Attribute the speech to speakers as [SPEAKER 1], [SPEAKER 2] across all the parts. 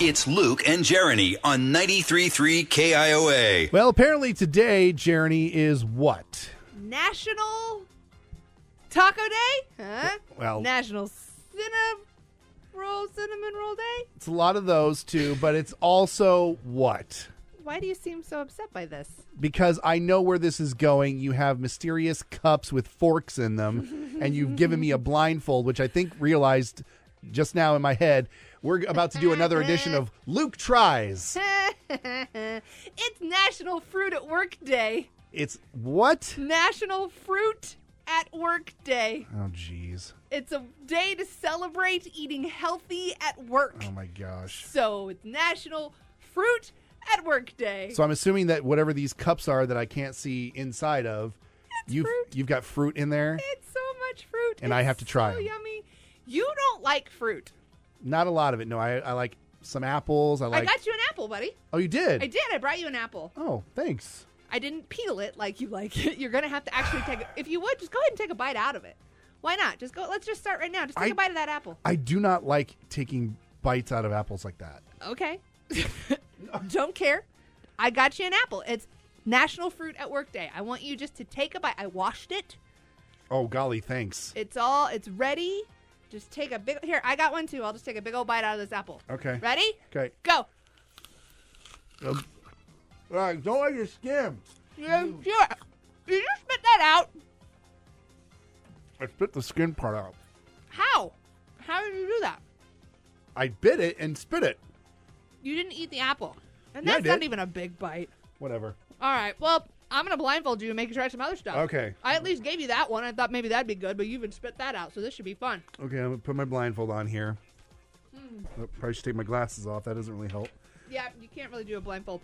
[SPEAKER 1] It's Luke and Jeremy on 93.3 KIOA.
[SPEAKER 2] Well, apparently today, Jeremy is what?
[SPEAKER 3] National Taco Day? Huh?
[SPEAKER 2] Well-
[SPEAKER 3] National Cinnamon Roll Cinnamon Roll Day?
[SPEAKER 2] It's a lot of those too, but it's also what?
[SPEAKER 3] Why do you seem so upset by this?
[SPEAKER 2] Because I know where this is going. You have mysterious cups with forks in them, and you've given me a blindfold, which I think realized just now in my head. We're about to do another edition of Luke Tries.
[SPEAKER 3] it's National Fruit at Work Day.
[SPEAKER 2] It's what?
[SPEAKER 3] National Fruit at Work Day.
[SPEAKER 2] Oh, jeez.
[SPEAKER 3] It's a day to celebrate eating healthy at work.
[SPEAKER 2] Oh, my gosh.
[SPEAKER 3] So it's National Fruit at Work Day.
[SPEAKER 2] So I'm assuming that whatever these cups are that I can't see inside of, you've,
[SPEAKER 3] fruit.
[SPEAKER 2] you've got fruit in there.
[SPEAKER 3] it's so much fruit.
[SPEAKER 2] And I
[SPEAKER 3] It's
[SPEAKER 2] have to try
[SPEAKER 3] So
[SPEAKER 2] 'em.
[SPEAKER 3] yummy. You don't like fruit.
[SPEAKER 2] Not a lot of it. No, I, I like some apples. I like.
[SPEAKER 3] I got you an apple, buddy.
[SPEAKER 2] oh, you did.
[SPEAKER 3] I did. I brought you an apple.
[SPEAKER 2] Oh, thanks.
[SPEAKER 3] I didn't peel it like you like it. You're gonna have to actually take. If you would, just go ahead and take a bite out of it. Why not? Just go. Let's just start right now. Just take
[SPEAKER 2] I-
[SPEAKER 3] a bite of that apple.
[SPEAKER 2] I do not like taking bites out of apples like that.
[SPEAKER 3] Okay. don't care. I got you an apple. It's National Fruit at Work Day. I want you just to take a bite. I washed it.
[SPEAKER 2] Oh, golly, thanks.
[SPEAKER 3] It's all. It's ready. Just take a big. Here, I got one too. I'll just take a big old bite out of this apple.
[SPEAKER 2] Okay.
[SPEAKER 3] Ready?
[SPEAKER 2] Okay.
[SPEAKER 3] Go.
[SPEAKER 2] don't let your skin.
[SPEAKER 3] Yeah, sure. You just spit that out.
[SPEAKER 2] I spit the skin part out.
[SPEAKER 3] How? How did you do that?
[SPEAKER 2] I bit it and spit it.
[SPEAKER 3] You didn't eat the apple. And
[SPEAKER 2] Yeah, I
[SPEAKER 3] that's not
[SPEAKER 2] did.
[SPEAKER 3] even a big bite.
[SPEAKER 2] Whatever.
[SPEAKER 3] All right. Well, I'm going to blindfold you and make you try some other stuff.
[SPEAKER 2] Okay.
[SPEAKER 3] I at least gave you that one. I thought maybe that'd be good, but you even spit that out, so this should be fun.
[SPEAKER 2] Okay, I'm gonna put my blindfold on here.
[SPEAKER 3] Hmm.
[SPEAKER 2] Oh, probably should take my glasses off. That doesn't really help.
[SPEAKER 3] Yeah, you can't really do a blindfold.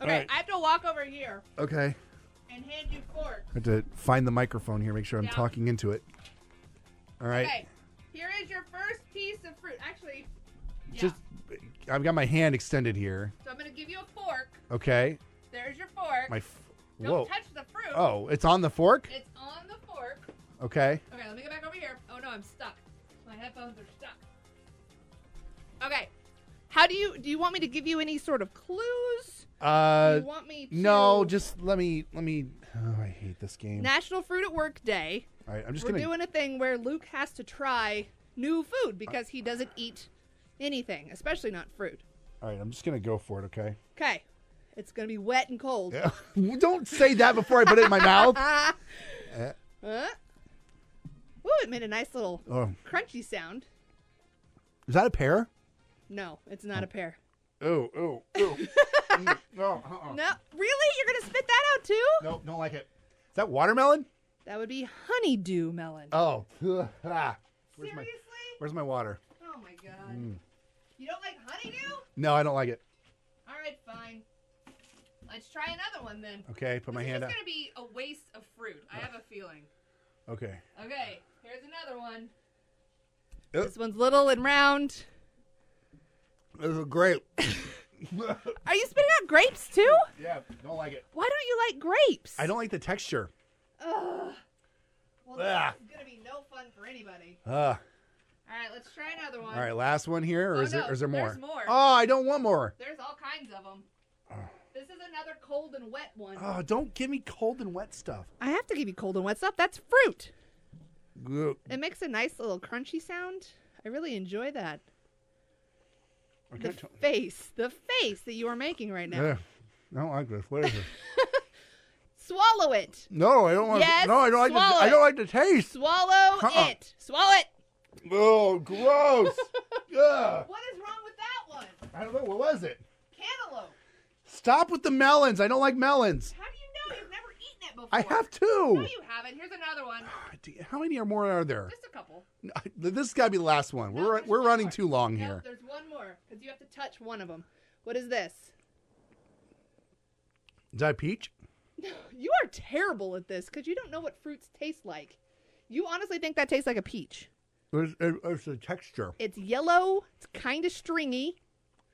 [SPEAKER 3] Okay,
[SPEAKER 2] right.
[SPEAKER 3] I have to walk over here
[SPEAKER 2] Okay.
[SPEAKER 3] and hand you fork.
[SPEAKER 2] I have to find the microphone here. Make sure I'm
[SPEAKER 3] Yeah.
[SPEAKER 2] talking into it. All right.
[SPEAKER 3] Okay. Here is your first piece of fruit. Actually, yeah.
[SPEAKER 2] Just, I've got my hand extended here.
[SPEAKER 3] so I'm going to give you a fork.
[SPEAKER 2] Okay.
[SPEAKER 3] There's your fork.
[SPEAKER 2] My. F-
[SPEAKER 3] Don't
[SPEAKER 2] whoa.
[SPEAKER 3] touch the fruit.
[SPEAKER 2] Oh, it's on the fork.
[SPEAKER 3] It's on the fork.
[SPEAKER 2] Okay.
[SPEAKER 3] Okay, let me get back over here. Oh no, I'm stuck. My headphones are stuck. Okay. How do you do you want me to give you any sort of clues?
[SPEAKER 2] Uh,
[SPEAKER 3] do you want me to
[SPEAKER 2] no, just let me let me. Oh, I hate this game.
[SPEAKER 3] National Fruit at Work Day.
[SPEAKER 2] All right, I'm just
[SPEAKER 3] We're
[SPEAKER 2] gonna.
[SPEAKER 3] doing a thing where Luke has to try new food because he doesn't eat anything, especially not fruit.
[SPEAKER 2] All right, I'm just gonna go for it. Okay.
[SPEAKER 3] Okay. It's gonna be wet and cold.
[SPEAKER 2] Don't say that before I put it in my mouth.
[SPEAKER 3] Ah.
[SPEAKER 2] Eh.
[SPEAKER 3] Huh? Uh. Ooh, it made a nice little
[SPEAKER 2] Oh,
[SPEAKER 3] crunchy sound.
[SPEAKER 2] is that a pear?
[SPEAKER 3] No, it's not a pear.
[SPEAKER 2] Oh, oh, oh. no, uh-uh.
[SPEAKER 3] No, really? You're gonna spit that out too?
[SPEAKER 2] no, don't like it. Is that watermelon?
[SPEAKER 3] That would be honeydew melon.
[SPEAKER 2] Oh, ah. where's my Mm.
[SPEAKER 3] Seriously?
[SPEAKER 2] where's my water?
[SPEAKER 3] Oh my god. You don't like honeydew?
[SPEAKER 2] No, I don't like it.
[SPEAKER 3] All right, fine. Let's try another one then.
[SPEAKER 2] Okay, put my
[SPEAKER 3] this
[SPEAKER 2] hand
[SPEAKER 3] is
[SPEAKER 2] out.
[SPEAKER 3] gonna be a waste of fruit. I have a feeling.
[SPEAKER 2] Okay.
[SPEAKER 3] Okay, here's another one.
[SPEAKER 2] Uh.
[SPEAKER 3] This one's little and round.
[SPEAKER 2] This is grape.
[SPEAKER 3] Are you spitting out grapes too?
[SPEAKER 2] yeah, don't like it.
[SPEAKER 3] Why don't you like grapes?
[SPEAKER 2] I don't like the texture.
[SPEAKER 3] Ugh. Well,
[SPEAKER 2] Ah.
[SPEAKER 3] this is gonna be no fun for anybody.
[SPEAKER 2] Ah.
[SPEAKER 3] All right, let's try another one.
[SPEAKER 2] All right, last one here, or
[SPEAKER 3] Oh,
[SPEAKER 2] is there
[SPEAKER 3] no,
[SPEAKER 2] or is there more?
[SPEAKER 3] there's more.
[SPEAKER 2] Oh, I don't want more.
[SPEAKER 3] There's all kinds of them.
[SPEAKER 2] Ah.
[SPEAKER 3] This is another cold and wet one.
[SPEAKER 2] Oh, don't give me cold and wet stuff.
[SPEAKER 3] I have to give you cold and wet stuff. That's fruit.
[SPEAKER 2] Ugh.
[SPEAKER 3] It makes a nice little crunchy sound. I really enjoy that.
[SPEAKER 2] I
[SPEAKER 3] The
[SPEAKER 2] can't tell-
[SPEAKER 3] face, the face that you are making right now.
[SPEAKER 2] Ugh. I don't like this. What is it?
[SPEAKER 3] Swallow it.
[SPEAKER 2] No, I don't want.
[SPEAKER 3] Yes,
[SPEAKER 2] no, I don't like. The,
[SPEAKER 3] swallow
[SPEAKER 2] I don't
[SPEAKER 3] it.
[SPEAKER 2] like the taste.
[SPEAKER 3] Swallow
[SPEAKER 2] Uh-uh.
[SPEAKER 3] it. Swallow it.
[SPEAKER 2] Oh, gross. Ugh.
[SPEAKER 3] What is wrong with that one?
[SPEAKER 2] I don't know. What was it?
[SPEAKER 3] Cantaloupe.
[SPEAKER 2] Stop with the melons. I don't like melons.
[SPEAKER 3] How do you know you've never eaten it before?
[SPEAKER 2] I have
[SPEAKER 3] No,
[SPEAKER 2] two.
[SPEAKER 3] you haven't. Here's another one.
[SPEAKER 2] How many are more are there?
[SPEAKER 3] Just a couple.
[SPEAKER 2] This has got to be the last one.
[SPEAKER 3] No,
[SPEAKER 2] We're
[SPEAKER 3] there's
[SPEAKER 2] we're
[SPEAKER 3] one
[SPEAKER 2] running
[SPEAKER 3] more.
[SPEAKER 2] too long
[SPEAKER 3] No,
[SPEAKER 2] here.
[SPEAKER 3] there's one more because you have to touch one of them. What is this?
[SPEAKER 2] Is that a peach?
[SPEAKER 3] You are terrible at this because you don't know what fruits taste like. You honestly think that tastes like a peach.
[SPEAKER 2] There's, there's the texture.
[SPEAKER 3] It's yellow. It's kind of stringy.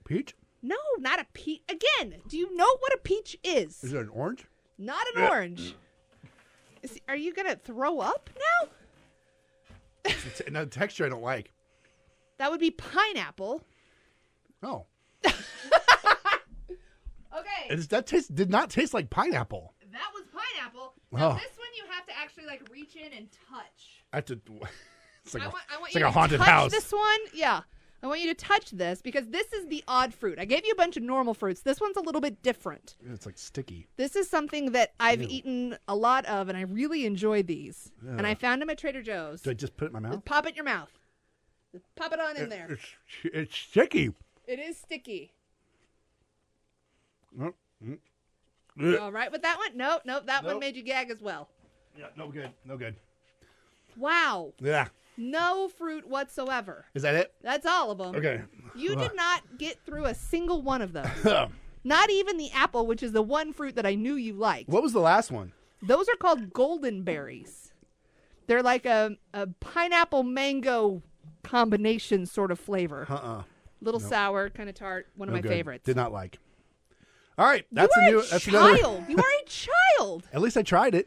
[SPEAKER 2] Peach?
[SPEAKER 3] No, not a peach. Again, do you know what a peach is?
[SPEAKER 2] Is it an orange?
[SPEAKER 3] not an orange. Is, are you gonna throw up now?
[SPEAKER 2] It's another texture I don't like.
[SPEAKER 3] That would be pineapple.
[SPEAKER 2] Oh.
[SPEAKER 3] Okay.
[SPEAKER 2] It's- that taste did not taste like pineapple.
[SPEAKER 3] That was pineapple. Now
[SPEAKER 2] Oh.
[SPEAKER 3] this one you have to actually like reach in and touch.
[SPEAKER 2] I have to. It's like,
[SPEAKER 3] I
[SPEAKER 2] a-
[SPEAKER 3] want, I want
[SPEAKER 2] it's
[SPEAKER 3] you
[SPEAKER 2] like a
[SPEAKER 3] to
[SPEAKER 2] haunted
[SPEAKER 3] touch
[SPEAKER 2] house.
[SPEAKER 3] This one, yeah. I want you to touch this because this is the odd fruit. I gave you a bunch of normal fruits. This one's a little bit different.
[SPEAKER 2] It's like sticky.
[SPEAKER 3] This is something that I've
[SPEAKER 2] Ew.
[SPEAKER 3] eaten a lot of, and I really enjoy these. And I found them at Trader Joe's.
[SPEAKER 2] Do I just put it in my mouth?
[SPEAKER 3] Just pop it in your mouth. Just pop it
[SPEAKER 2] Uh,
[SPEAKER 3] on in there.
[SPEAKER 2] It's it's sticky.
[SPEAKER 3] It is sticky.
[SPEAKER 2] No, mm.
[SPEAKER 3] You
[SPEAKER 2] Ugh.
[SPEAKER 3] all right with that one? Nope, nope. That one
[SPEAKER 2] Nope.
[SPEAKER 3] made you gag as well.
[SPEAKER 2] Yeah, no good. No good.
[SPEAKER 3] Wow.
[SPEAKER 2] Yeah.
[SPEAKER 3] No fruit whatsoever.
[SPEAKER 2] Is that it?
[SPEAKER 3] That's all of them.
[SPEAKER 2] Okay.
[SPEAKER 3] You
[SPEAKER 2] Ugh.
[SPEAKER 3] did not get through a single one of those.
[SPEAKER 2] what
[SPEAKER 3] Not even the apple, which is the one fruit that I knew you liked.
[SPEAKER 2] was the last one?
[SPEAKER 3] Those are called golden berries. They're like a, a pineapple mango combination sort of flavor.
[SPEAKER 2] Uh uh
[SPEAKER 3] Little sour, kind of tart. One of my favorites.
[SPEAKER 2] Did not like. All right, that's
[SPEAKER 3] you
[SPEAKER 2] a
[SPEAKER 3] are
[SPEAKER 2] new.
[SPEAKER 3] a
[SPEAKER 2] that's
[SPEAKER 3] child.
[SPEAKER 2] another.
[SPEAKER 3] you are a child.
[SPEAKER 2] At least I tried it.